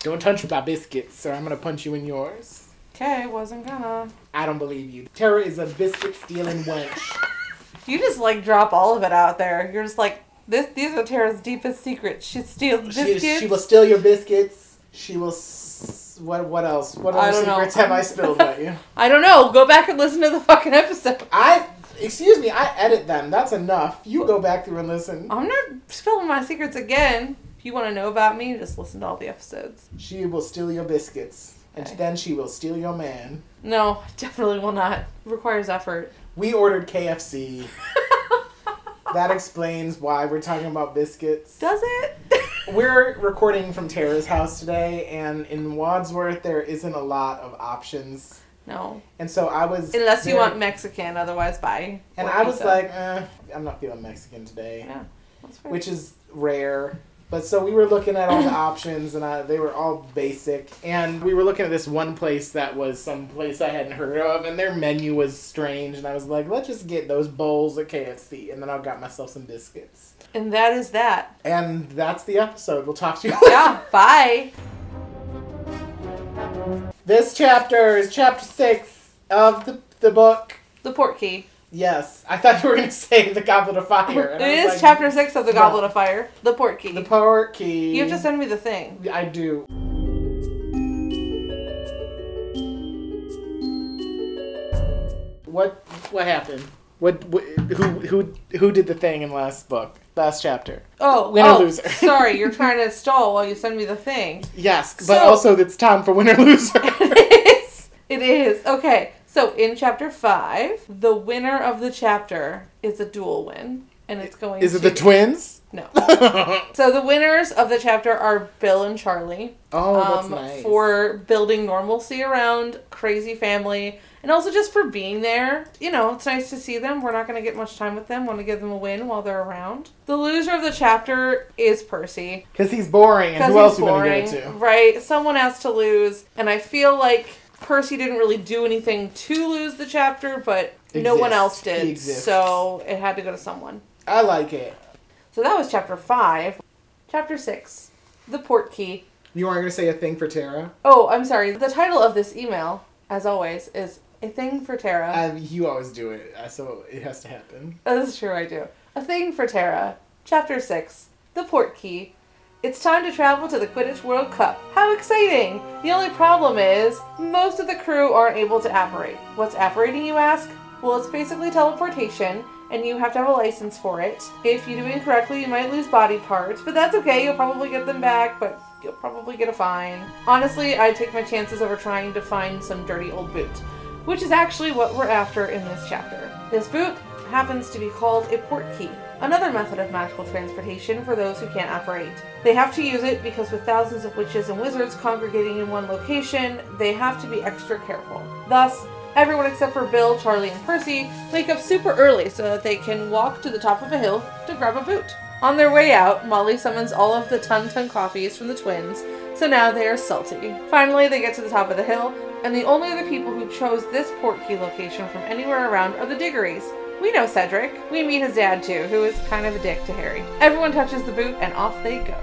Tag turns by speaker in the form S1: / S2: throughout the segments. S1: Don't touch my biscuits, or I'm gonna punch you in yours.
S2: Okay, wasn't gonna.
S1: I don't believe you. Tara is a biscuit stealing wench.
S2: You just like drop all of it out there. You're just like this. These are Tara's deepest secrets. She steals
S1: she,
S2: biscuits.
S1: she will steal your biscuits. She will. S- what what else? What
S2: I
S1: other
S2: don't know.
S1: secrets have I spilled at you?
S2: I don't know. Go back and listen to the fucking episode.
S1: I excuse me. I edit them. That's enough. You go back through and listen.
S2: I'm not spilling my secrets again. If you want to know about me, just listen to all the episodes.
S1: She will steal your biscuits, and
S2: Okay.
S1: then she will steal your man.
S2: No, definitely will not. Requires effort.
S1: We ordered KFC. That explains why we're talking about biscuits.
S2: Does it?
S1: We're recording from Tara's house today, and in Wadsworth there isn't a lot of options,
S2: no.
S1: and so I was
S2: Unless you
S1: very-
S2: want Mexican, otherwise bye.
S1: And
S2: Or
S1: I was
S2: pizza.
S1: like, eh, I'm not feeling Mexican today,
S2: yeah, that's fair.
S1: which is rare. But so we were looking at all the options, and I, they were all basic. And we were looking at this one place that was some place I hadn't heard of, and their menu was strange. And I was like, let's just get those bowls at KFC, and then I got myself some biscuits.
S2: and that is that.
S1: And that's the episode. We'll talk to you.
S2: Yeah, bye.
S1: This chapter is chapter six of the, the book.
S2: The port key.
S1: Yes, I thought you were going to say the Goblet of Fire.
S2: It
S1: and I was
S2: is
S1: like,
S2: chapter six of the
S1: no.
S2: Goblet of Fire. The port key.
S1: The power key.
S2: you have to send me the thing.
S1: I do. What what happened? What, what who who who did the thing in last book? Last chapter.
S2: Oh,
S1: Winner,
S2: oh,
S1: loser.
S2: sorry, you're trying to stall while you send me the thing.
S1: Yes, but
S2: So-
S1: also it's time for winner loser.
S2: it is. It is. Okay. So in chapter five, the winner of the chapter is a dual win. And it's going
S1: Is
S2: to
S1: it the twins?
S2: No.
S1: oh,
S2: So the winners of the chapter are Bill and Charlie.
S1: Oh, that's
S2: um,
S1: nice.
S2: For building normalcy around crazy family and also just for being there. You know, it's nice to see them. We're not going to get much time with them. Want to give them a win while they're around. The loser of the chapter is Percy.
S1: Because he's boring, and
S2: Because
S1: who else
S2: he's
S1: you gonna
S2: boring,
S1: give it to?
S2: right? Someone has to lose, and I feel like Percy didn't really do anything to lose the chapter, but no
S1: Exists.
S2: one else
S1: He
S2: did,
S1: exists.
S2: so it had to go to someone.
S1: I like it.
S2: So that was chapter five. Chapter six, the port key.
S1: You aren't gonna say a thing for Tara.
S2: Oh, I'm sorry. The title of this email, as always, is a thing for Tara.
S1: I, you always do it, uh, so it has to happen.
S2: Oh, That's true, I do. A Thing for Terra, Chapter 6 The Port Key. It's time to travel to the Quidditch World Cup. How exciting! The only problem is, most of the crew aren't able to apparate. What's apparating, you ask? Well, it's basically teleportation, and you have to have a license for it. If you do it incorrectly, you might lose body parts, but that's okay, you'll probably get them back, but you'll probably get a fine. Honestly, I take my chances over trying to find some dirty old boot which is actually what we're after in this chapter. This boot happens to be called a port key, another method of magical transportation for those who can't operate. They have to use it because with thousands of witches and wizards congregating in one location, they have to be extra careful. Thus, everyone except for Bill, Charlie, and Percy wake up super early so that they can walk to the top of a hill to grab a boot. On their way out, Molly summons all of the Tun Tun coffees from the twins, so now they are salty. Finally, they get to the top of the hill, and the only other people who chose this port key location from anywhere around are the Diggories. We know Cedric. We meet his dad too, who is kind of a dick to Harry. Everyone touches the boot, and off they go.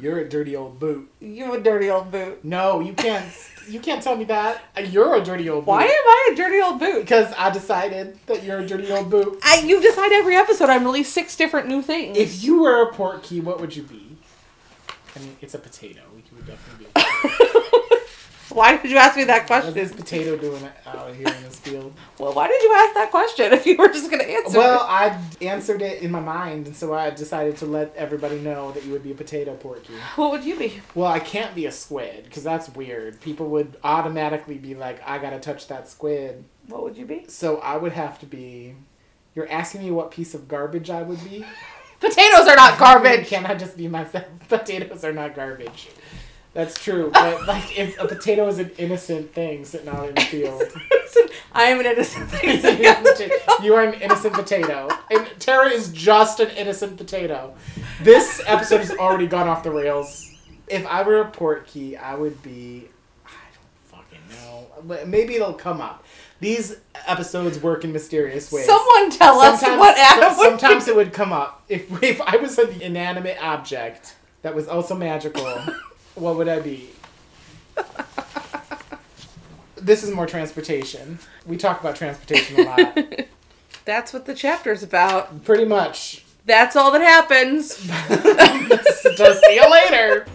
S1: You're a dirty old boot.
S2: You a dirty old boot.
S1: No, you can't. You can't tell me that. Uh, You're a dirty old boot.
S2: Why am I a dirty old boot?
S1: Because I decided that you're a dirty old boot.
S2: I, you decide every episode. I'm released six different new things.
S1: If you were a pork key, what would you be? I mean, it's a potato. We would definitely be.
S2: why did you ask me that question?
S1: What is potato doing out here in this field?
S2: Well, why did you ask that question if you were just going to answer?
S1: Well, I answered it in my mind, and so I decided to let everybody know that you would be a potato porky.
S2: it? what would you be?
S1: Well, I can't be a squid because that's weird. People would automatically be like, "I gotta touch that squid."
S2: What would you be?
S1: So I would have to be. You're asking me what piece of garbage I would be?
S2: Potatoes are not garbage.
S1: Can I just be myself? Potatoes are not garbage. That's true, but like if a potato is an innocent thing sitting out in the field,
S2: I am an innocent thing.
S1: you are an innocent potato, and Tara is just an innocent potato. This episode has already gone off the rails. If I were a port key, I would be. I don't fucking know. But Maybe it'll come up. These episodes work in mysterious ways.
S2: Someone tell us what Adam
S1: so-
S2: would
S1: sometimes it would come up if if I was an inanimate object that was also magical. what would I be? This is more transportation. We talk about transportation a lot.
S2: That's what the chapter's about.
S1: Pretty much.
S2: That's all that happens.
S1: Just see you later.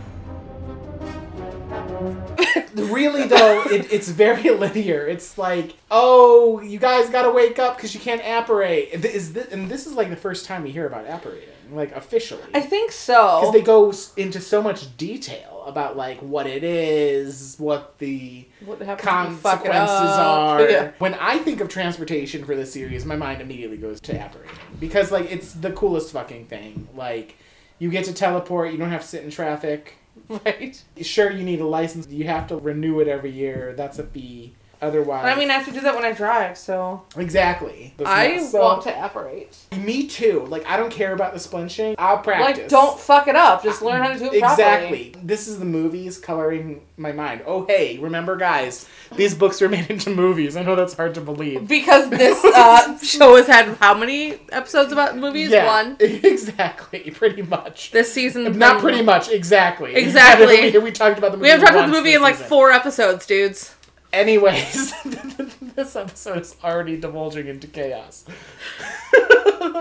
S1: Really though, it, it's very linear. It's like, oh, you guys gotta wake up because you can't apparate. Th- Is this, and this is like the first time we hear about apparating, like officially,
S2: I think so.
S1: because they go s- into so much detail about like what it is, what the
S2: what happens if you fuck it
S1: consequences
S2: up?
S1: are.
S2: Yeah.
S1: When I think of transportation for this series, my mind immediately goes to apparating because like it's the coolest fucking thing. Like you get to teleport, you don't have to sit in traffic.
S2: Right.
S1: Sure, you need a license. You have to renew it every year. That's a fee. Otherwise,
S2: I mean, I have to do that when I drive, so
S1: exactly. That's
S2: I
S1: not- so-
S2: want to apparate.
S1: Me too. Like I don't care about the splunching. I'll practice.
S2: Like, don't fuck it up. Just learn how to do it properly.
S1: Exactly. This is the movies coloring my mind. Oh hey, remember guys, these books were made into movies. I know that's hard to believe.
S2: Because this uh, show has had how many episodes about movies? One.
S1: Exactly, pretty much.
S2: This season.
S1: Not pretty much, exactly.
S2: Exactly.
S1: we, we talked about the movie.
S2: We haven't talked about the
S1: once
S2: movie
S1: this
S2: in like
S1: season.
S2: four episodes, dudes.
S1: Anyways, this episode is already divulging into chaos.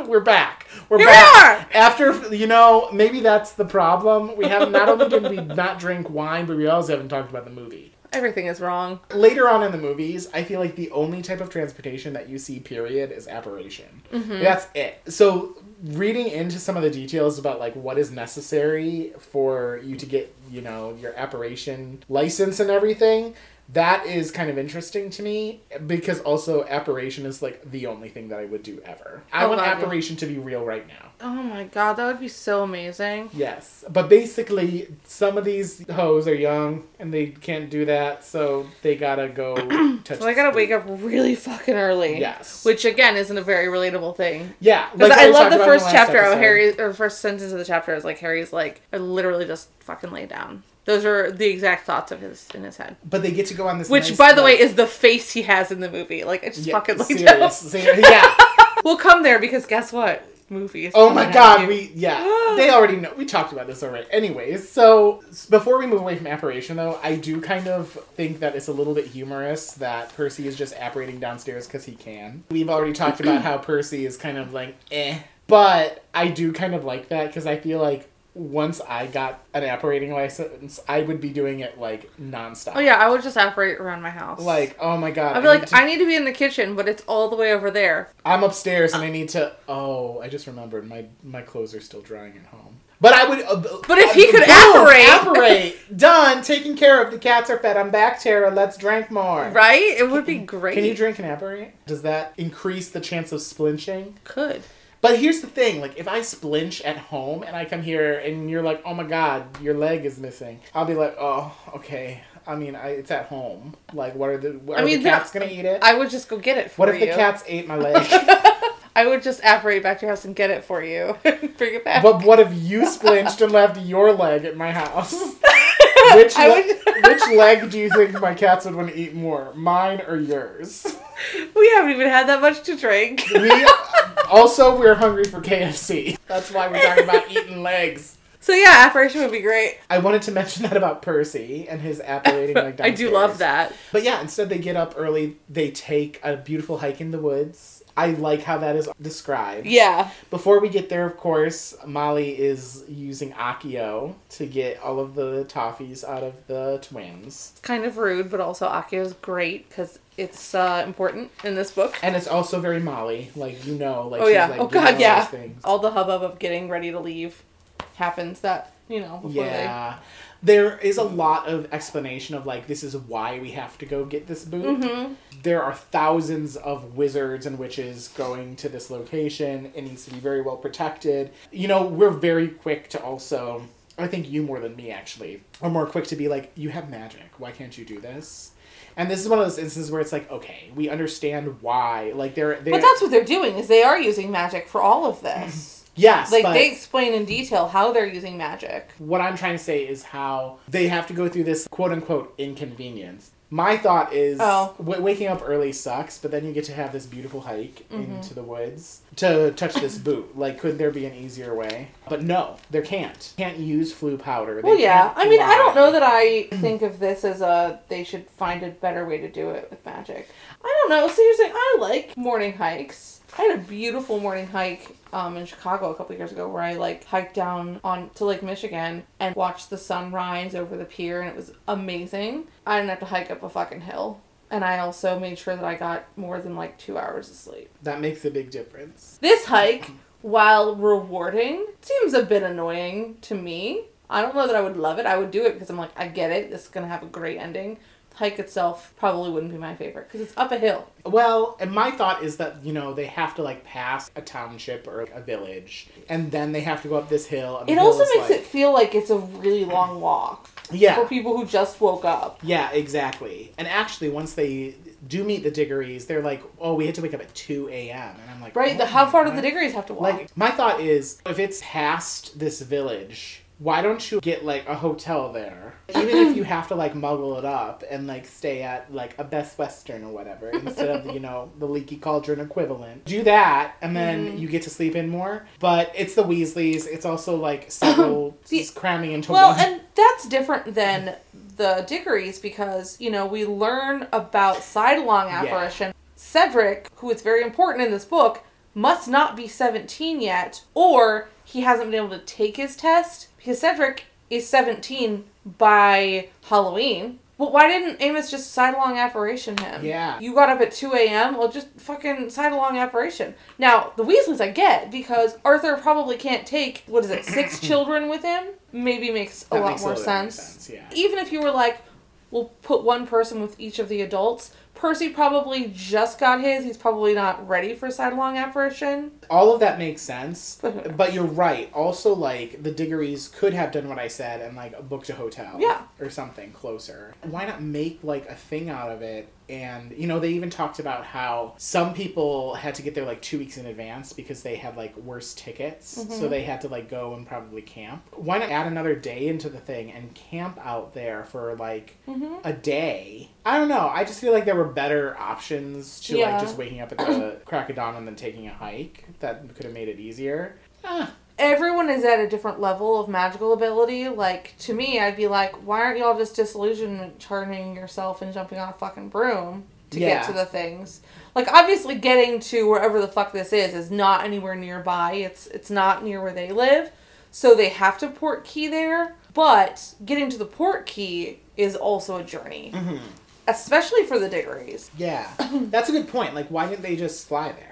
S1: We're back. We're
S2: Here we
S1: back. After you know, maybe that's the problem. We have not only did we not drink wine, but we also haven't talked about the movie.
S2: Everything is wrong.
S1: later on in the movies, I feel like the only type of transportation that you see, period, is apparition.
S2: Mm-hmm.
S1: That's it. So reading into some of the details about like what is necessary for you to get, you know, your apparition license and everything, that is kind of interesting to me because also apparition is like the only thing that I would do ever. I
S2: Oh,
S1: want
S2: wow.
S1: apparition to be real right now.
S2: Oh my god, that would be so amazing.
S1: Yes, but basically, some of these hoes are young and they can't do that, so they gotta go. touch
S2: So I gotta
S1: the-
S2: wake up really fucking early.
S1: Yes.
S2: Which again isn't a very relatable thing.
S1: Yeah,
S2: Because
S1: like
S2: I
S1: we
S2: love
S1: talked
S2: the
S1: about in
S2: first
S1: last
S2: chapter. How
S1: episode.
S2: Harry, or first sentence of the chapter is like Harry's like, I literally just fucking lay down. Those are the exact thoughts of his in his head.
S1: But they get to go on this.
S2: Which,
S1: nice,
S2: by the way,
S1: like-
S2: is the face he has in the movie. Like, I just
S1: yeah,
S2: fucking laid
S1: serious,
S2: down.
S1: serious- yeah.
S2: We'll come there because guess what? Movies.
S1: Oh my god, we yeah. They already know. We talked about this already. Anyways, so s- before we move away from apparition, though, I do kind of think that it's a little bit humorous that Percy is just apparating downstairs because he can. We've already talked about how Percy is kind of like eh, but I do kind of like that because I feel like. Once I got an apparating license, I would be doing it like nonstop.
S2: Oh yeah, I would just operate around my house.
S1: Like, oh my god.
S2: I'd be
S1: I need
S2: like,
S1: to
S2: I need to be in the kitchen, but it's all the way over there.
S1: I'm upstairs and I need to. Oh, I just remembered my my clothes are still drying at home. But I would. Uh,
S2: But if he could apparate.
S1: apparate, done, taken care of. The cats are fed. I'm back, Tara. Let's drink more.
S2: Right? It would be great.
S1: Uh, Can you drink and apparate? Does that increase the chance of splinching?
S2: Could.
S1: But here's the thing: like, if I splinch at home and I come here and you're like, "Oh my God, your leg is missing," I'll be like, "Oh, okay." I mean, I, it's at home. Like, what are the? Are
S2: I mean,
S1: the
S2: the-
S1: cats gonna eat it?
S2: I would just go get it for
S1: what if
S2: you.
S1: the cats ate my leg?
S2: I would just apparate back to your house and get it for you. Bring it back.
S1: But what if you splinched and left your leg at my house? Which,
S2: I
S1: le- which leg do you think my cats would want to eat more, mine or yours?
S2: we haven't even had that much to drink.
S1: We also we're hungry for KFC. That's why we're talking about eating legs.
S2: so yeah, apparition would be great.
S1: I wanted to mention that about Percy and his apparating like
S2: I do love that.
S1: But yeah, instead they get up early. They take a beautiful hike in the woods. I like how that is described.
S2: Yeah.
S1: Before we get there, of course, Molly is using Akio to get all of the toffees out of the twins.
S2: It's kind of rude, but also Akio is great because it's uh, important in this book.
S1: And it's also very Molly, like you know, like
S2: Oh
S1: she's
S2: yeah.
S1: like
S2: oh
S1: doing all
S2: god,
S1: those
S2: yeah.
S1: things.
S2: All the hubbub of getting ready to leave happens that, you know, before they
S1: Yeah. There is a lot of explanation of like this is why we have to go get this boot.
S2: Mm-hmm.
S1: There are thousands of wizards and witches going to this location. It needs to be very well protected. You know, we're very quick to also I think you more than me actually are more quick to be like, you have magic. Why can't you do this? And this is one of those instances where it's like, okay, we understand why. Like they're, they're
S2: But that's what they're doing is they are using magic for all of this.
S1: yes,
S2: like
S1: but-
S2: they explain in detail how they're using magic.
S1: What I'm trying to say is how they have to go through this quote unquote inconvenience. My thought is
S2: Oh.
S1: w- waking up early sucks, but then you get to have this beautiful hike
S2: Mm-hmm.
S1: into the woods to touch this boot. Like, could there be an easier way? But no, there can't. Can't use flu powder. They
S2: Well, yeah.
S1: can't
S2: I mean, I
S1: lie.
S2: don't know that I think of this as a they should find a better way to do it with magic. I don't know. Seriously, I like morning hikes. I had a beautiful morning hike um, in Chicago a couple years ago where I like hiked down on to Lake Michigan and watched the sun rise over the pier, and it was amazing. I didn't have to hike up a fucking hill, and I also made sure that I got more than like two hours of sleep.
S1: That makes a big difference.
S2: This hike, while rewarding, seems a bit annoying to me. I don't know that I would love it. I would do it because I'm like, I get it. This is going to have a great ending. The hike itself probably wouldn't be my favorite because it's up a hill.
S1: Well, and my thought is that, you know, they have to like pass a township or a village and then they have to go up this hill. and the
S2: It
S1: hill
S2: also
S1: is,
S2: makes
S1: like-
S2: it feel like it's a really long walk for
S1: Yeah.
S2: people who just woke up.
S1: Yeah, exactly. And actually, once they do meet the Diggories, they're like, oh, we had to wake up at 2 a.m. And I'm like,
S2: Right? The,
S1: "Oh
S2: how
S1: my
S2: far do
S1: God."
S2: the Diggories have to walk?
S1: Like, my thought is if it's past this village, why don't you get like a hotel there? Even if you have to like muggle it up and like stay at like a Best Western or whatever instead of, you know, the Leaky Cauldron equivalent. Do that and then
S2: Mm-hmm.
S1: you get to sleep in more. But it's the Weasleys. It's also like several
S2: See-
S1: cramming into
S2: Well,
S1: one.
S2: and that's different than the Dickories because, you know, we learn about sidelong
S1: Yeah.
S2: apparition. Cedric, who is very important in this book, must not be 17 yet, or he hasn't been able to take his test because Cedric is 17 by Halloween. Well, why didn't Amos just sidelong apparition him?
S1: Yeah.
S2: You got up at 2 a.m., well, just fucking sidelong apparition. Now, the Weasleys I get because Arthur probably can't take, what is it, six children with him? Maybe makes a
S1: That
S2: lot
S1: makes
S2: more
S1: little bit more
S2: sense.
S1: sense, yeah.
S2: Even if you were like, we'll put one person with each of the adults. Percy probably just got his. He's probably not ready for sidelong apparition.
S1: all of that makes sense
S2: But who knows?
S1: but you're right also like the diggories could have done what i said and like booked a hotel
S2: Yeah.
S1: or something closer why not make like a thing out of it and you know they even talked about how some people had to get there like two weeks in advance because they had like worse tickets so they had to like go and probably camp why not add another day into the thing and camp out there for like a day i don't know i just feel like there were better options to
S2: Yeah.
S1: like just waking up at the crack of dawn and then taking a hike that could have made it easier. Ah,
S2: Everyone is at a different level of magical ability. Like, to me, I'd be like, why aren't y'all just disillusioned turning yourself and jumping on a fucking broom to
S1: Yeah.
S2: get to the things? Like, obviously, getting to wherever the fuck this is is not anywhere nearby. It's it's not near where they live, so they have to port key there. But getting to the port key is also a journey,
S1: Mm-hmm.
S2: especially for the Diggories.
S1: yeah, that's a good point. Like, why didn't they just fly there?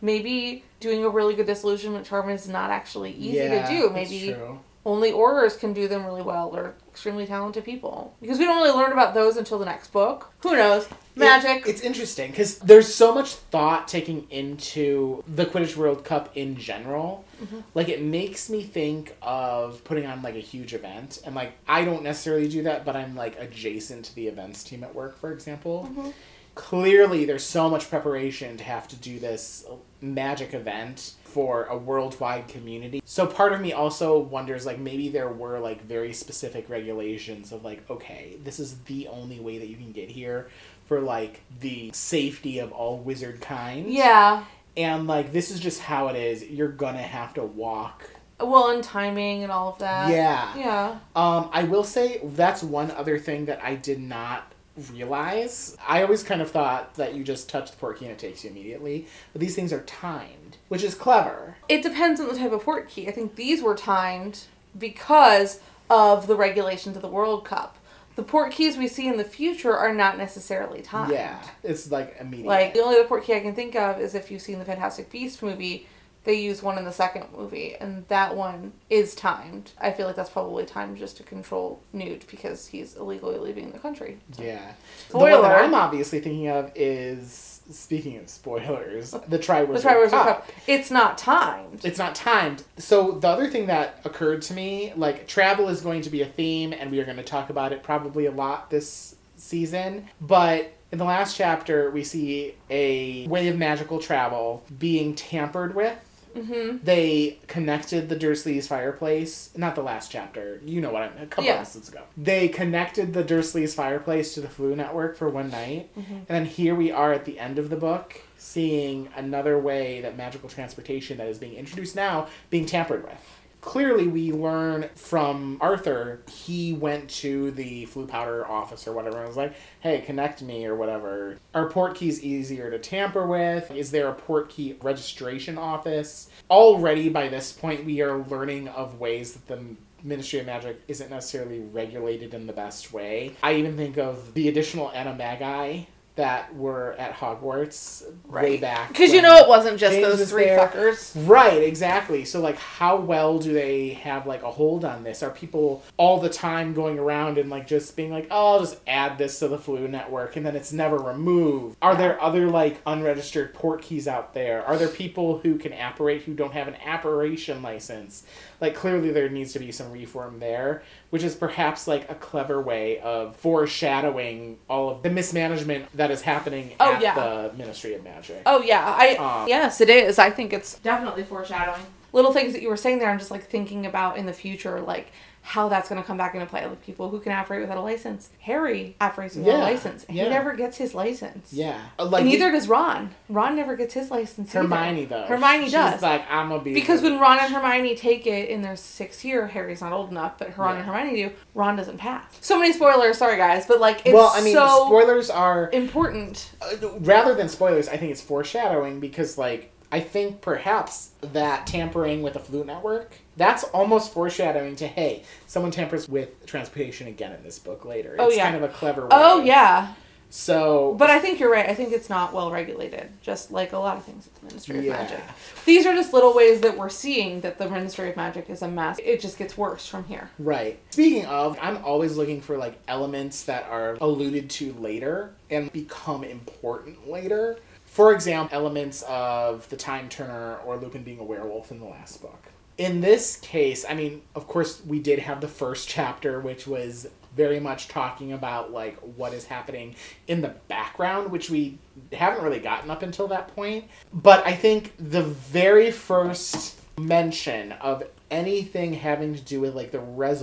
S2: maybe doing a really good disillusionment charm is not actually easy
S1: yeah,
S2: to do.
S1: that's
S2: Maybe
S1: true.
S2: only orers can do them really well or extremely talented people. Because we don't really learn about those until the next book. Who knows? Magic.
S1: It- it's interesting because there's so much thought taking into the Quidditch World Cup in general.
S2: Mm-hmm.
S1: Like, it makes me think of putting on like a huge event, and like I don't necessarily do that, but I'm like adjacent to the events team at work, for example.
S2: Mm-hmm.
S1: Clearly, there's so much preparation to have to do this magic event for a worldwide community. So part of me also wonders like maybe there were like very specific regulations of like okay, this is the only way that you can get here for like the safety of all wizard kind.
S2: yeah.
S1: And like this is just how it is. You're going to have to walk.
S2: Well, and timing and all of that.
S1: Yeah.
S2: Yeah.
S1: Um I will say that's one other thing that I did not realize. I always kind of thought that you just touch the porky and it takes you immediately, but these things are timed, which is clever.
S2: It depends on the type of port key. I think these were timed because of the regulations of the World Cup. The port keys we see in the future are not necessarily timed.
S1: Yeah, it's like immediate.
S2: Like the only other port key I can think of is if you've seen the Fantastic Beast movie, they use one in the second movie, and that one is timed. I feel like that's probably timed just to control Newt because he's illegally leaving the country.
S1: yeah. The one
S2: Spoiler.
S1: that I'm obviously thinking of is speaking of spoilers, the Triwizard,
S2: That's why we're so
S1: Cup.
S2: proud. It's not timed.
S1: It's not timed. So the other thing that occurred to me, like travel is going to be a theme, and we are going to talk about it probably a lot this season. But in the last chapter, we see a way of magical travel being tampered with.
S2: Mm-hmm.
S1: they connected the Dursleys' fireplace. Not the last chapter. You know what I mean. A couple
S2: Yeah.
S1: episodes ago. They connected the Dursleys' fireplace to the flu network for one night. And then here we are at the end of the book, seeing another way that magical transportation that is being introduced now being tampered with. Clearly, we learn from Arthur, he went to the flu powder office or whatever and was like, hey, connect me or whatever. Are port keys easier to tamper with? Is there a port key registration office? Already by this point, we are learning of ways that the Ministry of Magic isn't necessarily regulated in the best way. I even think of the additional animagi that were at Hogwarts way
S2: Right.
S1: back.
S2: Because you
S1: when-
S2: know it wasn't just
S1: James
S2: those
S1: was
S2: three
S1: there.
S2: fuckers.
S1: Right, exactly. So like how well do they have like a hold on this? Are people all the time going around and like just being like, "Oh, I'll just add this to the flu network and then it's never removed." Are there other like unregistered port keys out there? Are there people who can apparate who don't have an apparation license? Like clearly there needs to be some reform there, which is perhaps like a clever way of foreshadowing all of the mismanagement that is happening
S2: Oh,
S1: at
S2: yeah.
S1: the Ministry of Magic.
S2: Oh yeah, I
S1: Um,
S2: yes, it is. I think it's definitely foreshadowing. Little things that you were saying there, I'm just like thinking about in the future, like how that's going to come back into play. Like people who can operate without a license. Harry operates without
S1: Yeah,
S2: a license. and
S1: yeah.
S2: He never gets his license.
S1: Yeah. Like
S2: and neither does Ron. Ron never gets his license. either.
S1: Hermione though.
S2: Hermione
S1: She's
S2: does.
S1: like I'm gonna be
S2: Because when Ron and Hermione take it in their sixth year, Harry's not old enough, but Ron and
S1: Yeah.
S2: Hermione do. Ron doesn't pass. So many spoilers. Sorry guys, but like it's
S1: well, I mean,
S2: so
S1: spoilers are
S2: important.
S1: uh, rather than spoilers. I think it's foreshadowing because like I think perhaps that tampering with the flu network that's almost foreshadowing to hey someone tampers with transportation again in this book later. It's
S2: Oh, yeah.
S1: kind of a clever. Way.
S2: Oh yeah,
S1: So
S2: But I think you're right. I think it's not well regulated, just like a lot of things at the Ministry of
S1: Yeah.
S2: Magic. These are just little ways that we're seeing that the Ministry of Magic is a mess. It just gets worse from here.
S1: Right. Speaking of, I'm always looking for like elements that are alluded to later and become important later. For example, elements of the Time Turner or Lupin being a werewolf in the last book. In this case, I mean, of course, we did have the first chapter, which was very much talking about like what is happening in the background, which we haven't really gotten up until that point. But I think the very first mention of anything having to do with like the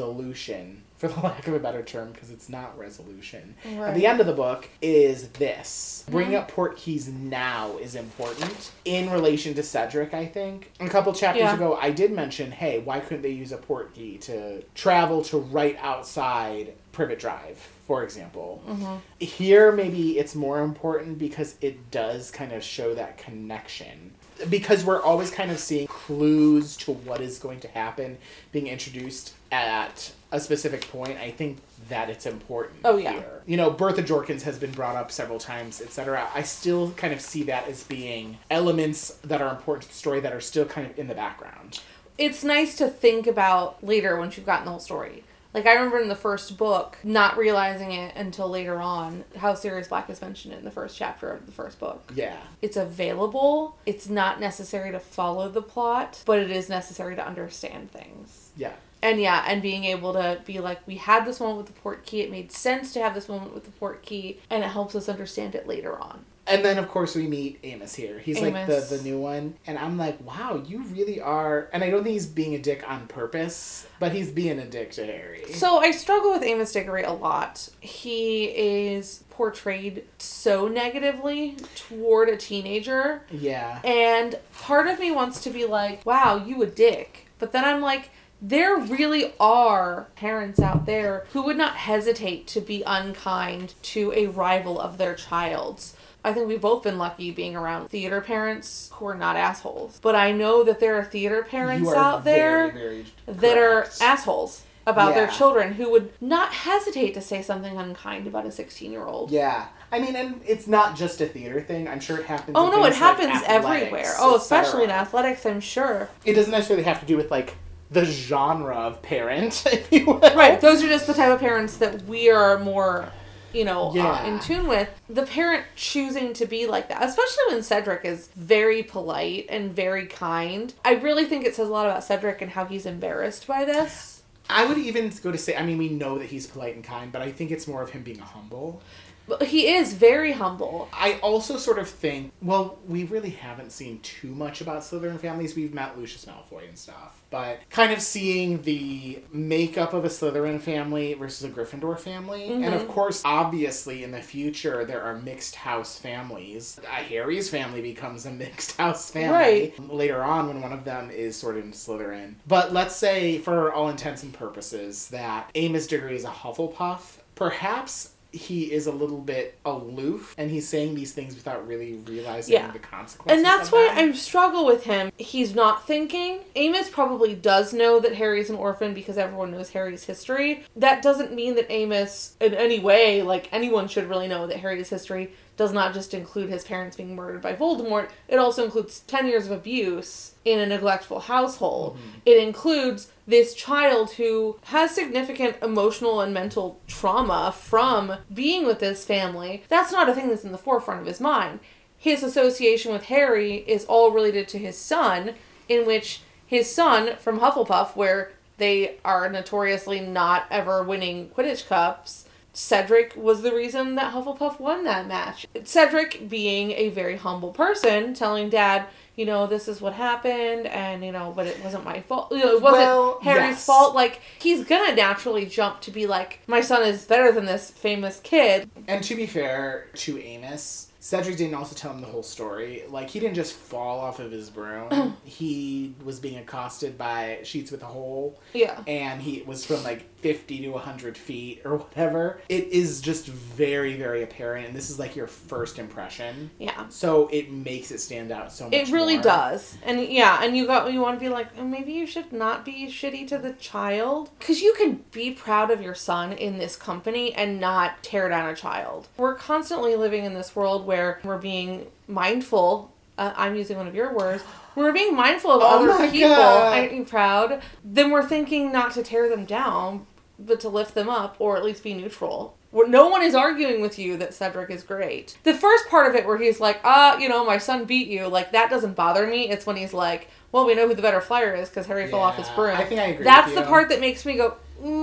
S1: resolution for the lack of a better term because it's not resolution at
S2: Right. Mm-hmm.
S1: the end of the book is this bringing up port keys now is important in relation to cedric i think a couple chapters
S2: Yeah.
S1: ago i did mention hey why couldn't they use a port key to travel to right outside privet drive for example
S2: Mm-hmm.
S1: here maybe it's more important because it does kind of show that connection because we're always kind of seeing clues to what is going to happen being introduced at a specific point i think that it's important
S2: Oh, yeah.
S1: here. you know bertha jorkins has been brought up several times etc i still kind of see that as being elements that are important to the story that are still kind of in the background
S2: It's nice to think about later once you've gotten the whole story. Like I remember in the first book, not realizing it until later on, how Sirius Black is mentioned in the first chapter of the first book.
S1: yeah
S2: It's available. It's not necessary to follow the plot, but it is necessary to understand things.
S1: yeah
S2: And yeah, and being able to be like, we had this moment with the port key. It made sense to have this moment with the port key, and it helps us understand it later on.
S1: And then of course we meet Amos here. He's like
S2: Amos.
S1: the, the new one. And I'm like, wow, you really are and I don't think he's being a dick on purpose, but he's being a dick to Harry.
S2: So I struggle with Amos Diggory a lot. He is portrayed so negatively toward a teenager,
S1: yeah.
S2: and part of me wants to be like, wow, you a dick. But then I'm like, there really are parents out there who would not hesitate to be unkind to a rival of their child's. I think we've both been lucky being around theater parents who are not assholes. But I know that there are theater parents
S1: You are
S2: out there
S1: very, very
S2: that are
S1: correct.
S2: assholes about their
S1: Yeah.
S2: children who would not hesitate to say something unkind about a 16 year old.
S1: Yeah. I mean and it's not just a theater thing. I'm sure it happens.
S2: Oh
S1: in
S2: no, it
S1: things like
S2: happens
S1: athletics,
S2: everywhere. Oh,
S1: et cetera.
S2: especially in athletics, I'm sure.
S1: It doesn't necessarily have to do with like the genre of parent, if you will.
S2: Right. Those are just the type of parents that we are more, you know,
S1: Yeah.
S2: uh, in tune with. The parent choosing to be like that, especially when Cedric is very polite and very kind. I really think it says a lot about Cedric and how he's embarrassed by this.
S1: I would even go to say I mean we know that he's polite and kind, but I think it's more of him being humble.
S2: But He is very humble.
S1: I also sort of think, well, we really haven't seen too much about Slytherin families. We've met Lucius Malfoy and stuff, but kind of seeing the makeup of a Slytherin family versus a Gryffindor family, and of course, obviously, in the future there are mixed house families. Uh, Harry's family becomes a mixed house family later on when one of them is sort of in Slytherin. But let's say, for all intents and purposes, that Amos Diggory is a Hufflepuff. Perhaps he is a little bit aloof and he's saying these things without really realizing
S2: Yeah.
S1: the consequences.
S2: And that's
S1: of
S2: why
S1: them.
S2: I struggle with him. He's not thinking. Amos probably does know that Harry's an orphan because everyone knows Harry's history. That doesn't mean that Amos, in any way, like anyone should really know that Harry's history does not just include his parents being murdered by Voldemort, it also includes 10 years of abuse in a neglectful household. It includes this child who has significant emotional and mental trauma from being with this family. That's not a thing that's in the forefront of his mind his association with Harry is all related to his son, in which his son from Hufflepuff, where they are notoriously not ever winning Quidditch Cups, Cedric was the reason that Hufflepuff won that match. Cedric, being a very humble person, telling dad, you know, this is what happened, and, you know, but it wasn't my fault. You know, it wasn't
S1: Well,
S2: Harry's
S1: yes.
S2: fault. Like, he's gonna naturally jump to be like, my son is better than this famous kid.
S1: And to be fair to Amos, Cedric didn't also tell him the whole story. Like he didn't just fall off of his broom. he was being accosted by sheets with a hole,
S2: Yeah.
S1: and he was from like fifty to hundred feet or whatever. It is just very, very apparent, and this is like your first impression.
S2: Yeah.
S1: So it makes it stand out so much.
S2: It really
S1: more.
S2: does, and yeah, and you got you want to be like "Oh, maybe you should not be shitty to the child because you can be proud of your son in this company and not tear down a child. We're constantly living in this world where we're being mindful. Uh, I'm using one of your words. We're being mindful of
S1: Oh my
S2: other people.
S1: God.
S2: Aren't you proud? Then we're thinking not to tear them down, but to lift them up or at least be neutral. Where no one is arguing with you that Cedric is great. The first part of it where he's like, ah, you know, my son beat you, like that doesn't bother me. It's when he's like, well, we know who the better flyer is because Harry fell off his
S1: Yeah,
S2: broom.
S1: I think I agree
S2: That's
S1: with
S2: the
S1: you.
S2: part that makes me go,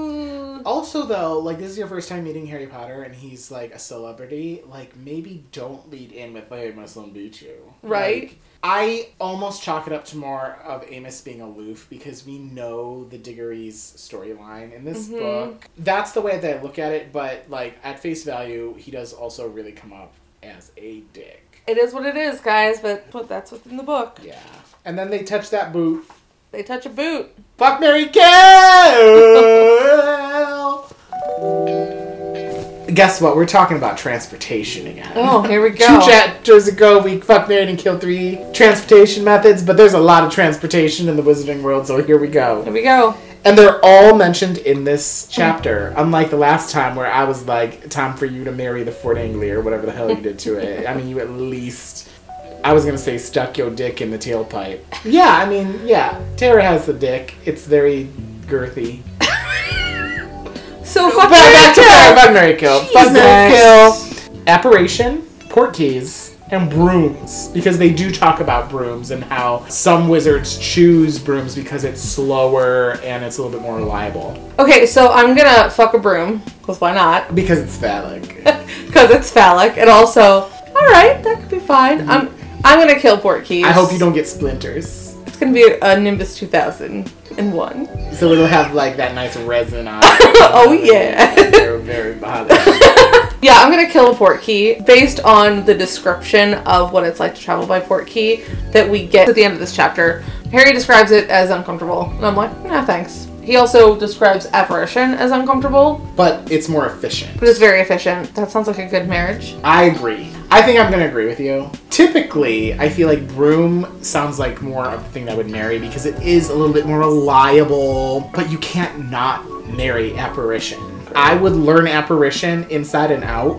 S2: mm.
S1: Also, though, like this is your first time meeting Harry Potter, and he's like a celebrity. Like, maybe don't lead in with "Hey, my son beat you,"
S2: Right.
S1: Like, I almost chalk it up to more of Amos being aloof because we know the Diggory's storyline in this
S2: Mhm.
S1: book. That's the way that I look at it. But like at face value, he does also really come up as a dick.
S2: It is what it is, guys, but, but that's what's in the book.
S1: Yeah. And then they touch that boot.
S2: They touch a boot.
S1: Fuck Mary Kill. Guess what? We're talking about transportation again.
S2: Oh, here we go.
S1: Two chapters ago, we fuck, married, and killed three transportation methods, but there's a lot of transportation in the wizarding world, so here we
S2: Here
S1: go.
S2: we go.
S1: And they're all mentioned in this chapter, unlike the last time where I was like, time for you to marry the Fort Anglia or whatever the hell you did to it. I mean, you at least, I was gonna say, stuck your dick in the tailpipe. Yeah, I mean, yeah. Tara has the dick, it's very girthy.
S2: So fuck
S1: Back, back to
S2: Mary
S1: Fire,
S2: Kill.
S1: Fuck, Mary Kill. Fuck, Mary Kill. Apparition, portkeys, and brooms. Because they do talk about brooms and how some wizards choose brooms because it's slower and it's a little bit more reliable.
S2: Okay, so I'm gonna fuck a broom, because why not?
S1: Because it's phallic.
S2: because it's phallic, and also, all right, that could be fine. I'm I'm gonna kill Porky.
S1: I hope you don't get splinters.
S2: It's gonna be a, Nimbus 2001.
S1: So it'll have like that nice resin on it.
S2: Oh, yeah.
S1: They're very bothered.
S2: Yeah, I'm gonna kill a Porky based on the description of what it's like to travel by Porky that we get at the end of this chapter. Harry describes it as uncomfortable, and I'm like, nah, thanks. He also describes apparition as uncomfortable,
S1: But it's more efficient.
S2: but it's very efficient. That sounds like a good marriage.
S1: I agree. I think I'm gonna agree with you. Typically, I feel like broom sounds like more of the thing that would marry because it is a little bit more reliable, but you can't not marry apparition. I would learn apparition inside and out,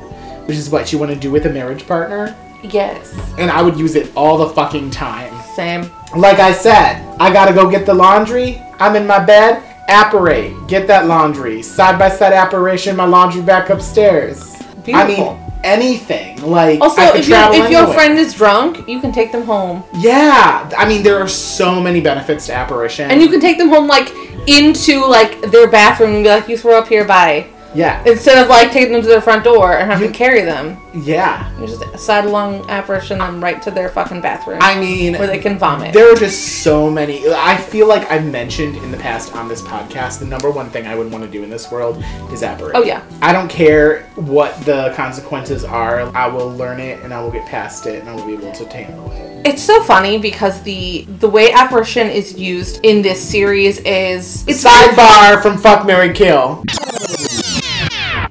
S1: which is what you want to do with a marriage partner,
S2: Yes.
S1: and I would use it all the fucking time.
S2: Same.
S1: Like I said, I gotta go get the laundry. I'm in my bed. Apparate. Get that laundry. Side by side apparition. My laundry back upstairs. I
S2: Beautiful.
S1: mean, anything. Like
S2: Also,
S1: I could
S2: if, you,
S1: travel
S2: if your
S1: anywhere.
S2: friend is drunk, you can take them home.
S1: Yeah, I mean, there are so many benefits to apparition.
S2: And you can take them home like into like their bathroom and be like, "You throw up here, bye."
S1: Yeah.
S2: Instead of like taking them to their front door and having to carry them,
S1: Yeah.
S2: you just sidelong apparition them right to their fucking bathroom
S1: I mean,
S2: where they can vomit.
S1: there are just so many. I feel like I've mentioned in the past on this podcast the number one thing I would want to do in this world is apparate.
S2: Oh, yeah.
S1: I don't care what the consequences are. I will learn it and I will get past it and I will be able to handle it.
S2: It's so funny because the the way apparition is used in this series is it's
S1: Sidebar from Fuck Mary Kill.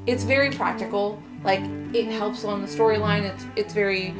S2: it's very practical. Like it helps on the storyline. It's it's very,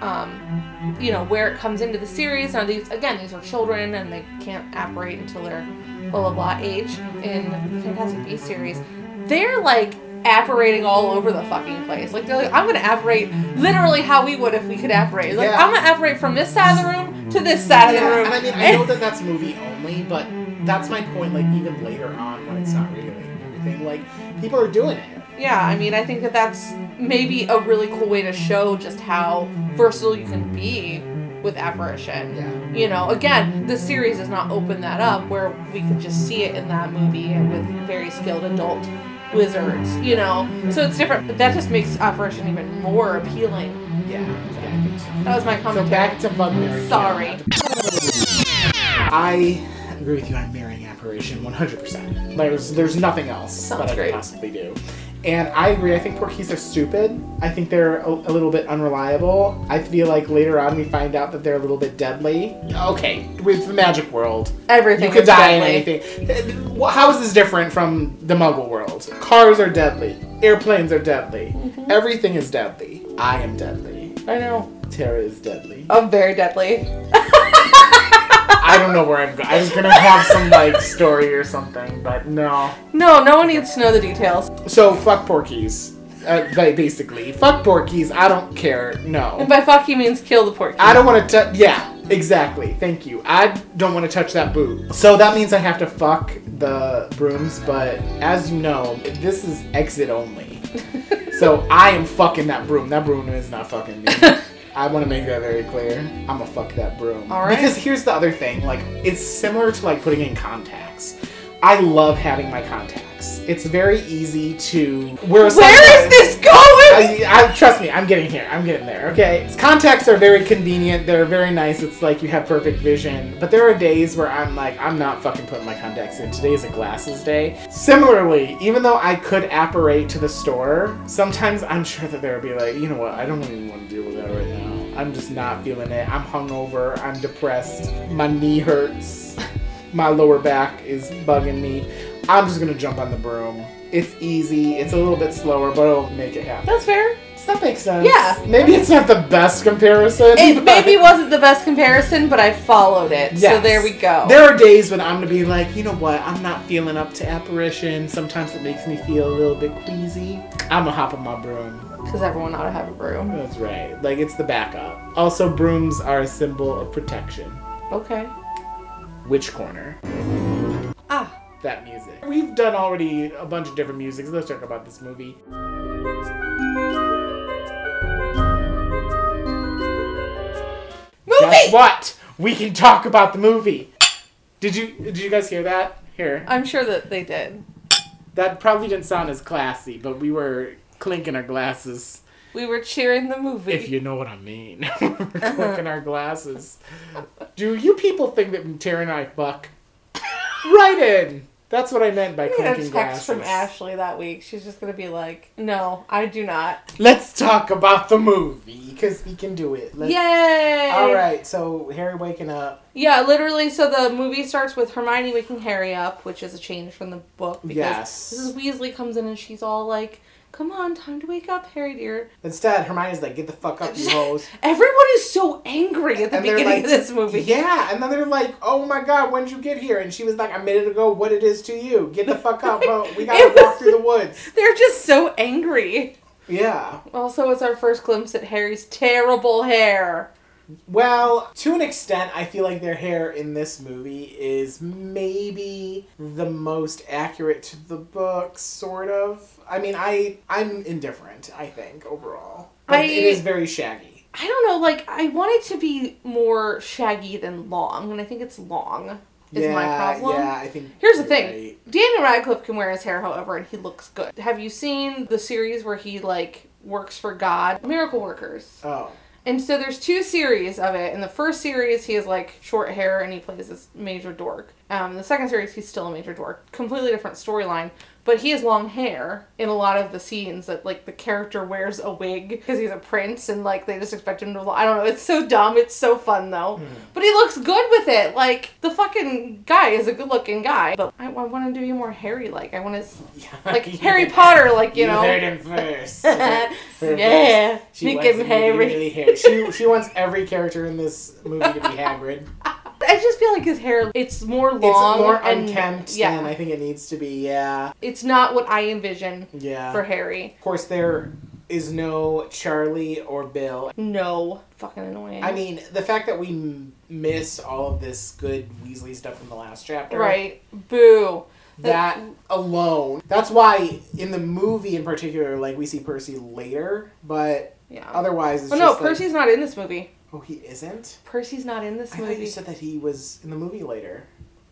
S2: um, you know, where it comes into the series. Now these again, these are children and they can't operate until they're blah blah blah age in the Fantastic Beasts series. They're like apparating all over the fucking place. Like they're like, I'm gonna apparate literally how we would if we could apparate. Like
S1: Yeah.
S2: I'm gonna apparate from this side of the room to this side of the room.
S1: and I mean, I know that that's movie only, but that's my point. Like, even later on when it's not really everything, like, people are doing it.
S2: Yeah, I mean, I think that that's maybe a really cool way to show just how versatile you can be with apparition.
S1: Yeah.
S2: You know, again, the series does not open that up where we could just see it in that movie and with very skilled adult wizards, you know? So it's different, but that just makes apparition even more appealing.
S1: Yeah. yeah I think so.
S2: That was my
S1: So
S2: commentary.
S1: back to Bug Mary. Kill.
S2: Sorry.
S1: I agree with you. I'm marrying apparition 100%. There's there's nothing else
S2: Sounds
S1: that I
S2: great.
S1: could possibly do. And I agree. I think Porkies are stupid. I think they're a, a little bit unreliable. I feel like later on we find out that they're a little bit deadly. Okay, with the magic world,
S2: Everything
S1: you could
S2: is
S1: die
S2: deadly.
S1: in anything. Wh- How is this different from the Muggle world? Cars are deadly. Airplanes are deadly.
S2: Mm-hmm.
S1: Everything is deadly. I am deadly.
S2: I know.
S1: Tara is deadly.
S2: I'm very deadly.
S1: I don't know where I'm going. I was gonna have some like story or something, but no.
S2: No, no one needs to know the details.
S1: So fuck porkies, uh, ba- basically. Fuck porkies. I don't care.
S2: And
S1: No,
S2: by fuck, he means kill the porky.
S1: I don't want to touch. Yeah, exactly. Thank you. I don't want to touch that boot. So that means I have to fuck the brooms. But as you know, this is exit only. So I am fucking that broom. That broom is not fucking me. I want to make that very clear. I'm gonna fuck that broom.
S2: All right.
S1: Because here's the other thing. Like it's similar to like putting in contacts. I love having my contacts. It's very easy to where.
S2: Where is this going?
S1: I, I trust me. I'm getting here. I'm getting there. Okay. Contacts are very convenient. They're very nice. It's like you have perfect vision. But there are days where I'm like, I'm not fucking putting my contacts in. Today is a glasses day. Similarly, even though I could apparate to the store, sometimes I'm sure that there would be like, you know what? I don't even want to deal with that right now. I'm just not feeling it. I'm hungover. I'm depressed. My knee hurts. My lower back is bugging me. I'm just gonna jump on the broom. It's easy. It's a little bit slower, but it'll make it happen.
S2: That's fair.
S1: Does that make sense?
S2: Yeah.
S1: Maybe it's not the best comparison.
S2: It
S1: but-
S2: maybe wasn't the best comparison, but I followed it. So
S1: Yes.
S2: there we go.
S1: There are days when I'm gonna be like, you know what? I'm not feeling up to apparition. Sometimes it makes me feel a little bit queasy. I'm gonna hop on my broom.
S2: Because everyone ought to have a broom.
S1: That's right. Like it's the backup. Also, brooms are a symbol of protection.
S2: Okay.
S1: Which corner?
S2: Ah.
S1: That music. We've done already a bunch of different musics. Let's talk about this movie.
S2: Movie!
S1: Guess what? We can talk about the movie. Did you did you guys hear that? Here.
S2: I'm sure that they did.
S1: That probably didn't sound as classy, but we were clinking our glasses.
S2: We were cheering the movie.
S1: If you know what I mean. we were clinking our glasses. Do you people think that Tara and I fuck? right in! That's what I meant by
S2: I got a
S1: clinking
S2: text
S1: glasses.
S2: from Ashley that week. She's just gonna be like, "No, I do not."
S1: Let's talk about the movie, because we can do it. Let's-
S2: Yay!
S1: All right, so Harry waking up.
S2: Yeah, literally. So the movie starts with Hermione waking Harry up, which is a change from the book. Because
S1: Yes.
S2: Mrs. Weasley comes in and she's all like, "Come on, time to wake up, Harry dear."
S1: Instead, Hermione's like, get the fuck up, you hoes.
S2: Everyone is so angry at the
S1: And they're
S2: beginning
S1: like,
S2: of this movie.
S1: Yeah, and then they're like, "Oh my god, when'd you get here?" And she was like, "A minute ago. What it is to you? Get the fuck up, bro. We gotta
S2: It was-
S1: walk through the woods."
S2: They're just so angry.
S1: Yeah.
S2: Also, it's our first glimpse at Harry's terrible hair.
S1: Well, to an extent, I feel like their hair in this movie is maybe the most accurate to the book, sort of. I mean, I I'm indifferent. I think overall, but
S2: I-
S1: it is very shaggy.
S2: I don't know, like, I want it to be more shaggy than long, and I think it's long. is my problem.
S1: Yeah, I think.
S2: Here's the
S1: you're
S2: thing.
S1: right.
S2: Daniel Radcliffe can wear his hair however and he looks good. Have you seen the series where he like works for God? Miracle Workers.
S1: Oh,
S2: And so there's two series of it. In the first series he has like short hair and he plays this major dork. Um in the second series he's still a major dork. Completely different storyline. But he has long hair in a lot of the scenes that like the character wears a wig because he's a prince and like they just expect him to I don't know, it's so dumb, it's so fun though.
S1: Hmm.
S2: But he looks good with it. Like the fucking guy is a good looking guy. But I, I want him to be more hairy like. I want to
S1: yeah.
S2: like Harry Potter like, you know.
S1: heard him first.
S2: yeah.
S1: She
S2: Make
S1: wants
S2: him
S1: him to be
S2: hairy.
S1: really hairy. She she wants every character in this movie to be Hagrid.
S2: I just feel like his hair it's more
S1: It's
S2: long
S1: more
S2: and
S1: unkempt
S2: yeah.
S1: than I think it needs to be. Yeah,
S2: It's not what I envision
S1: yeah.
S2: for Harry.
S1: Of course, there is no Charlie or Bill.
S2: No. Fucking annoying.
S1: I mean, the fact that we m- miss all of this good Weasley stuff from the last chapter.
S2: right. Boo.
S1: That alone. That's why in the movie in particular, like we see Percy later, but
S2: Yeah.
S1: otherwise, it's
S2: oh no,
S1: just like-
S2: Percy's not in this movie.
S1: oh, he isn't.
S2: Percy's not in this
S1: I thought you
S2: movie.
S1: said that he was in the movie later.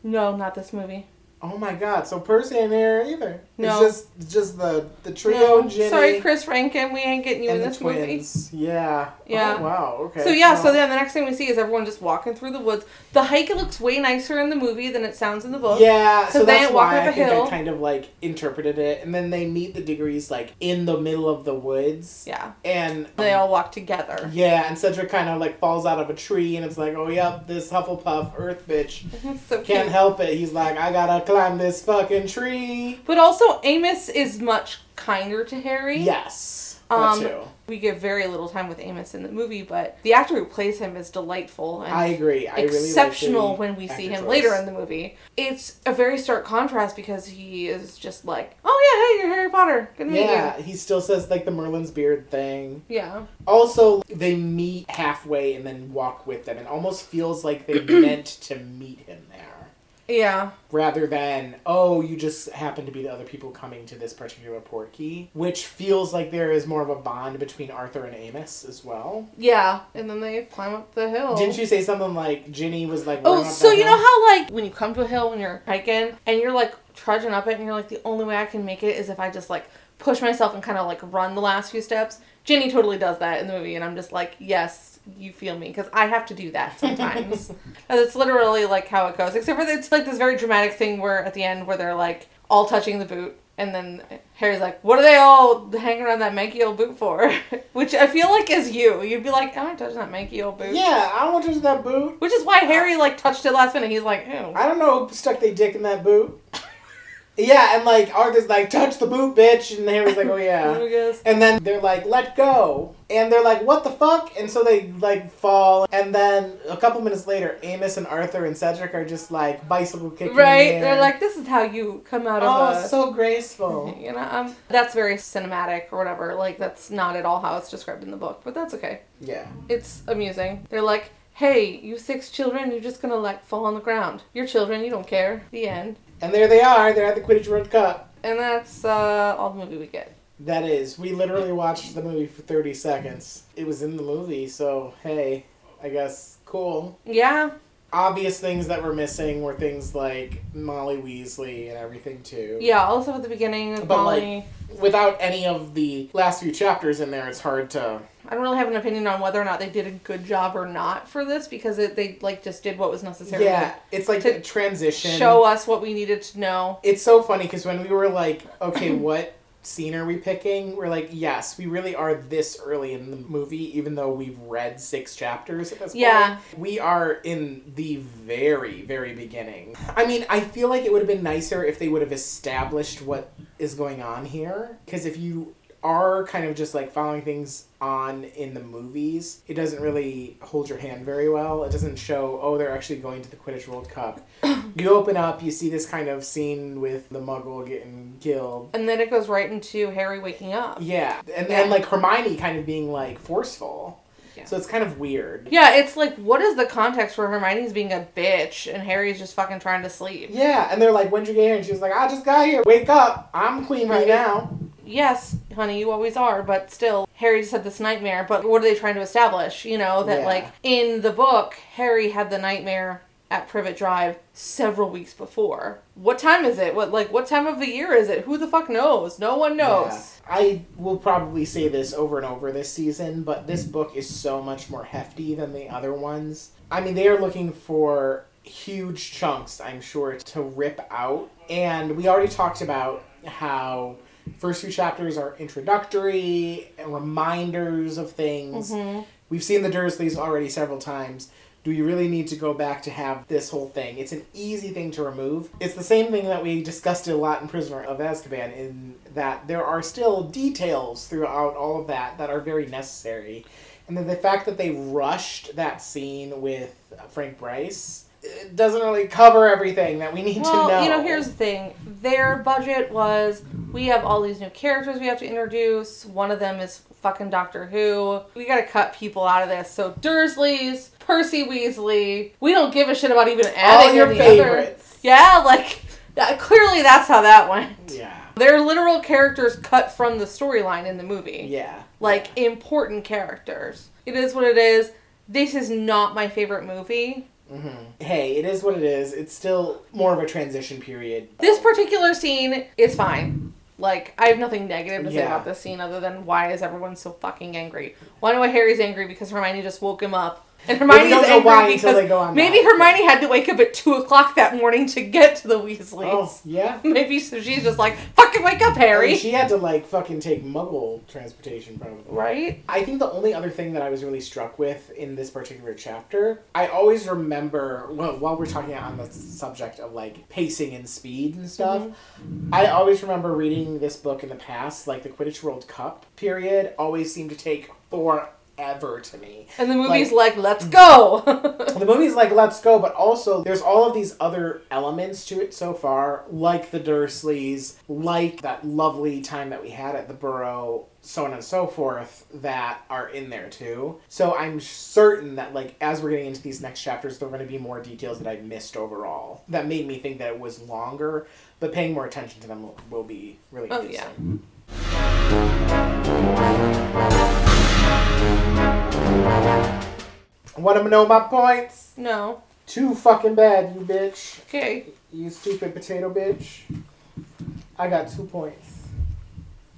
S2: No, not this movie.
S1: Oh my god, so Percy ain't there either.
S2: No.
S1: It's just just the the trio
S2: No.
S1: Ginny
S2: Sorry, Chris Rankin, we ain't getting you
S1: and
S2: in
S1: the
S2: this movie.
S1: twins. Yeah.
S2: Yeah.
S1: Oh, wow, okay.
S2: So yeah, so
S1: Well,
S2: then the next thing we see is everyone just walking through the woods. The hike looks way nicer in the movie than it sounds in the book.
S1: Yeah,
S2: So
S1: so
S2: they
S1: that's
S2: walk
S1: why
S2: up a
S1: I think
S2: hill.
S1: I kind of like interpreted it, and then they meet the degrees like in the middle of the woods,
S2: Yeah.
S1: and um,
S2: They all walk together.
S1: yeah, and Cedric kind of like falls out of a tree, and it's like, oh yep, this Hufflepuff Earth bitch
S2: It's so cute.
S1: can't help it. He's like, I gotta climb this fucking tree.
S2: But also Amos is much kinder to Harry.
S1: Yes,
S2: Um,
S1: that too.
S2: We give very little time with Amos in the movie, but the actor who plays him is delightful and
S1: I agree. I really
S2: exceptional
S1: like the
S2: when we see
S1: actor
S2: him
S1: choice.
S2: later in the movie. It's a very stark contrast because he is just like, "Oh yeah, hey, you're Harry Potter. Good to meet
S1: Yeah, he still says like the Merlin's beard thing.
S2: you." Yeah.
S1: Also, they meet halfway and then walk with them. It almost feels like they meant to meet him there.
S2: Yeah.
S1: Rather than, oh, you just happen to be the other people coming to this particular portkey. Which feels like there is more of a bond between Arthur and Amos as well.
S2: Yeah, and then they climb up the hill.
S1: Didn't you say something like Ginny was like,
S2: Oh,
S1: running up
S2: so
S1: that
S2: you know
S1: hill?
S2: how like when you come to a hill when you're hiking and you're like trudging up it and you're like the only way I can make it is if I just like push myself and kind of like run the last few steps. Jenny totally does that in the movie and I'm just like, "Yes, you feel me because I have to do that sometimes." And it's literally like how it goes. Except for that it's like this very dramatic thing where at the end where they're like all touching the boot and then Harry's like, "What are they all hanging around that manky old boot for?" Which I feel like is you. You'd be like, "I don't touch that manky old boot."
S1: Yeah, I don't want to touch that boot.
S2: Which is why Harry like touched it last minute. He's like, ew.
S1: I don't know who stuck their dick in that boot. yeah, and like Arthur's like, touch the boot, bitch. And Harry's like, oh yeah.
S2: I guess.
S1: And then they're like, let go. And they're like, what the fuck? And so they like fall. And then a couple minutes later, Amos and Arthur and Cedric are just like bicycle kicking. in the
S2: Right?
S1: air.
S2: They're like, this is how you come out of
S1: oh,
S2: a.
S1: so graceful.
S2: you know, um, that's very cinematic or whatever. Like, that's not at all how it's described in the book, but that's okay.
S1: Yeah.
S2: It's amusing. They're like, hey, you six children, you're just gonna like fall on the ground. You're children, you don't care. The end.
S1: And there they are. They're at the Quidditch World Cup.
S2: And that's uh, all the movie we get.
S1: That is, we literally watched the movie for 30 seconds. It was in the movie, so hey, I guess cool.
S2: Yeah.
S1: obvious things that were missing were things like Molly Weasley and everything too.
S2: Yeah, also at the beginning with
S1: But, like-
S2: Molly.
S1: Without any of the last few chapters in there, it's hard to.
S2: I don't really have an opinion on whether or not they did a good job or not for this because it, they like just did what was necessary. to
S1: yeah, it's like
S2: to
S1: a transition.
S2: show us what we needed to know.
S1: It's so funny because when we were like, okay, what scene are we picking? We're like, yes, we really are this early in the movie, even though we've read six chapters at this
S2: Yeah.
S1: point. We are in the very, very beginning. I mean, I feel like it would have been nicer if they would have established what is going on here. Because if you are kind of just like following things on in the movies, it doesn't really hold your hand very well. It doesn't show, oh, they're actually going to the Quidditch World Cup. you open up, you see this kind of scene with the muggle getting killed.
S2: And then it goes right into Harry waking up.
S1: Yeah. And
S2: Yeah.
S1: then like Hermione kind of being like forceful.
S2: Yeah.
S1: So it's kind of weird.
S2: Yeah, it's like, what is the context where Hermione's being a bitch and Harry's just fucking trying to sleep?
S1: Yeah, and they're like, when'd you get here? And she was like, I just got here. Wake up. I'm Queen Bee
S2: Right.
S1: now.
S2: Yes, honey, you always are, but still, Harry just had this nightmare. But what are they trying to establish? You know, that
S1: Yeah.
S2: like in the book, Harry had the nightmare at Privet Drive several weeks before. What time is it? What like what time of the year is it? Who the fuck knows? No one knows.
S1: Yeah. I will probably say this over and over this season, but this book is so much more hefty than the other ones. I mean, they are looking for huge chunks, I'm sure, to rip out. And we already talked about how first few chapters are introductory and reminders of things. We've seen the Dursleys already several times. Do you really need to go back to have this whole thing? It's an easy thing to remove. It's the same thing that we discussed a lot in Prisoner of Azkaban, in that there are still details throughout all of that that are very necessary. And then the fact that they rushed that scene with Frank Bryce it doesn't really cover everything that we need
S2: well,
S1: to know.
S2: you know, here's the thing. Their budget was we have all these new characters we have to introduce. One of them is fucking Doctor Who. We gotta cut people out of this. So Dursleys, Percy Weasley. We don't give a shit about even adding
S1: all your
S2: any
S1: favorites.
S2: Other. Yeah, like that, clearly that's how that went.
S1: Yeah.
S2: They're literal characters cut from the storyline in the movie.
S1: Yeah.
S2: Like important characters. It is what it is. This is not my favorite movie.
S1: Mm-hmm. Hey, it is what it is. It's still more of a transition period.
S2: This particular scene is fine. Like, I have nothing negative to say
S1: Yeah.
S2: about this scene other than why is everyone so fucking angry? Why do I Harry's angry because Hermione just woke him up? And Hermione's
S1: don't know
S2: angry
S1: why until
S2: because
S1: they go on
S2: maybe
S1: that.
S2: Hermione had to wake up at two o'clock that morning to get to the Weasleys.
S1: Oh, yeah.
S2: Maybe so she's just like, fucking wake up, Harry.
S1: And she had to like fucking take muggle transportation probably.
S2: right?
S1: I think the only other thing that I was really struck with in this particular chapter, I always remember well, while we're talking on the subject of like pacing and speed and stuff,
S2: Mm-hmm.
S1: I always remember reading this book in the past, like the Quidditch World Cup period always seemed to take forever to me.
S2: And the movie's like, let's
S1: mm.
S2: go.
S1: the movie's like let's go but also there's all of these other elements to it so far like the dursleys like that lovely time that we had at the burrow so on and so forth that are in there too so i'm certain that like as we're getting into these next chapters there are going to be more details that i missed overall that made me think that it was longer but paying more attention to them will, will be really
S2: Oh,
S1: interesting
S2: yeah.
S1: want to know my points
S2: no.
S1: too fucking bad you bitch
S2: Okay.
S1: You stupid potato bitch. I got two points.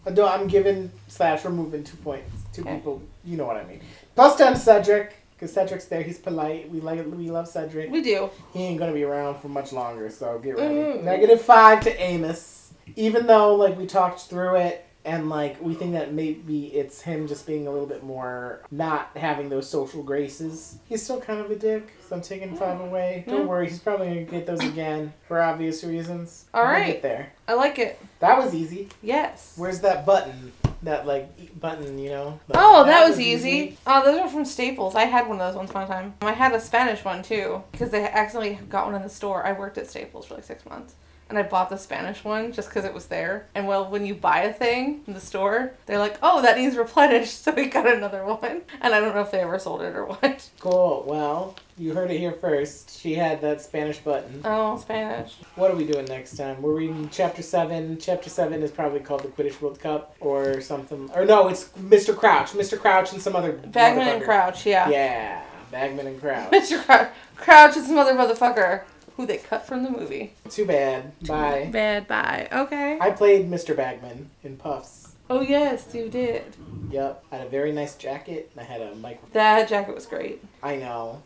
S1: Uh, No, I'm giving slash removing two points. Two
S2: Okay.
S1: people, you know what I mean. Plus ten Cedric, because Cedric's there. He's polite. We like we love Cedric.
S2: We do.
S1: He ain't gonna be around for much longer, so get ready.
S2: Mm.
S1: Negative five to Amos. Even though like we talked through it and like we think that maybe it's him just being a little bit more not having those social graces. He's still kind of a dick, so I'm taking five away. Don't
S2: Mm.
S1: worry, he's probably gonna get those again for obvious reasons.
S2: All
S1: We'll
S2: right.
S1: get there.
S2: I like it.
S1: That was easy.
S2: Yes.
S1: Where's that button? That like e- button, you know? Like,
S2: Oh, that, was, easy. Oh, those are from Staples. I had one of those once upon a time. I had a Spanish one too because they accidentally got one in the store. I worked at Staples for like six months. And I bought the Spanish one just because it was there. And well, when you buy a thing in the store, they're like, oh, that needs replenished. So we got another one. And I don't know if they ever sold it or what.
S1: Cool. Well, you heard it here first. She had that Spanish button.
S2: Oh, Spanish.
S1: What are we doing next time? We're reading chapter seven. Chapter seven is probably called the Quidditch World Cup or something. Or no, it's Mr. Crouch. Mr. Crouch and some other
S2: Bagman and
S1: motherfucker.
S2: Crouch, yeah.
S1: Yeah, Bagman and Crouch.
S2: Mr. Crouch. Crouch is another motherfucker who they cut from the movie.
S1: Too bad. Bye.
S2: Bad bye. Okay.
S1: I played Mr. Bagman in Puffs.
S2: Oh, yes, you did.
S1: Yep. I had a very nice jacket and I had a microphone.
S2: That jacket was great.
S1: I know.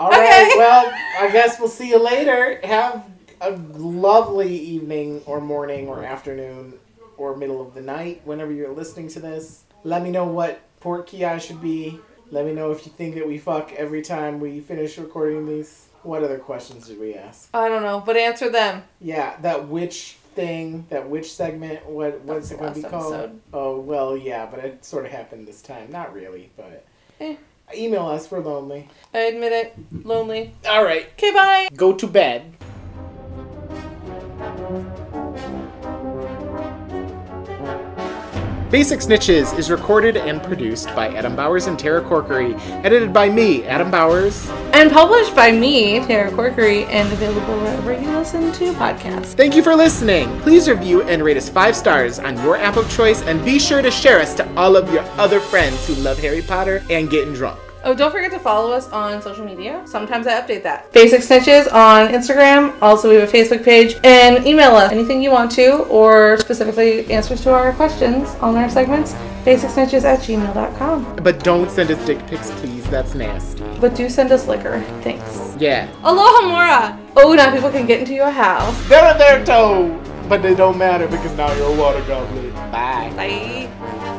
S1: All right.
S2: Okay.
S1: Well, I guess we'll see you later. Have a lovely evening or morning or afternoon or middle of the night whenever you're listening to this. Let me know what porky I should be. Let me know if you think that we fuck every time we finish recording these. What other questions did we ask?
S2: I don't know, but answer them.
S1: Yeah, that which thing, that which segment, what what's
S2: That was
S1: it going to be
S2: the last
S1: called?
S2: episode.
S1: Oh, well, yeah, but it sort of happened this time. Not really, but
S2: Eh.
S1: email us, we're lonely.
S2: I admit it. Lonely.
S1: All right.
S2: Okay, bye.
S1: Go to bed. Basic Snitches is recorded and produced by Adam Bowers and Tara Corkery, edited by me, Adam Bowers.
S2: And published by me, Tara Corkery, and available wherever you listen to podcasts.
S1: Thank you for listening. Please review and rate us five stars on your app of choice, and be sure to share us to all of your other friends who love Harry Potter and getting drunk.
S2: Oh, don't forget to follow us on social media. Sometimes I update that. Basic Snitches on Instagram. Also, we have a Facebook page. And email us anything you want to, or specifically answers to our questions on our segments. BasicSnitches at gmail.com.
S1: But don't send us dick pics, please. That's nasty.
S2: But do send us liquor. Thanks.
S1: Yeah.
S2: Aloha Mora! Oh, now people can get into your house.
S1: They're on their toe, but they don't matter because now you're a water goblin. Bye.
S2: Bye.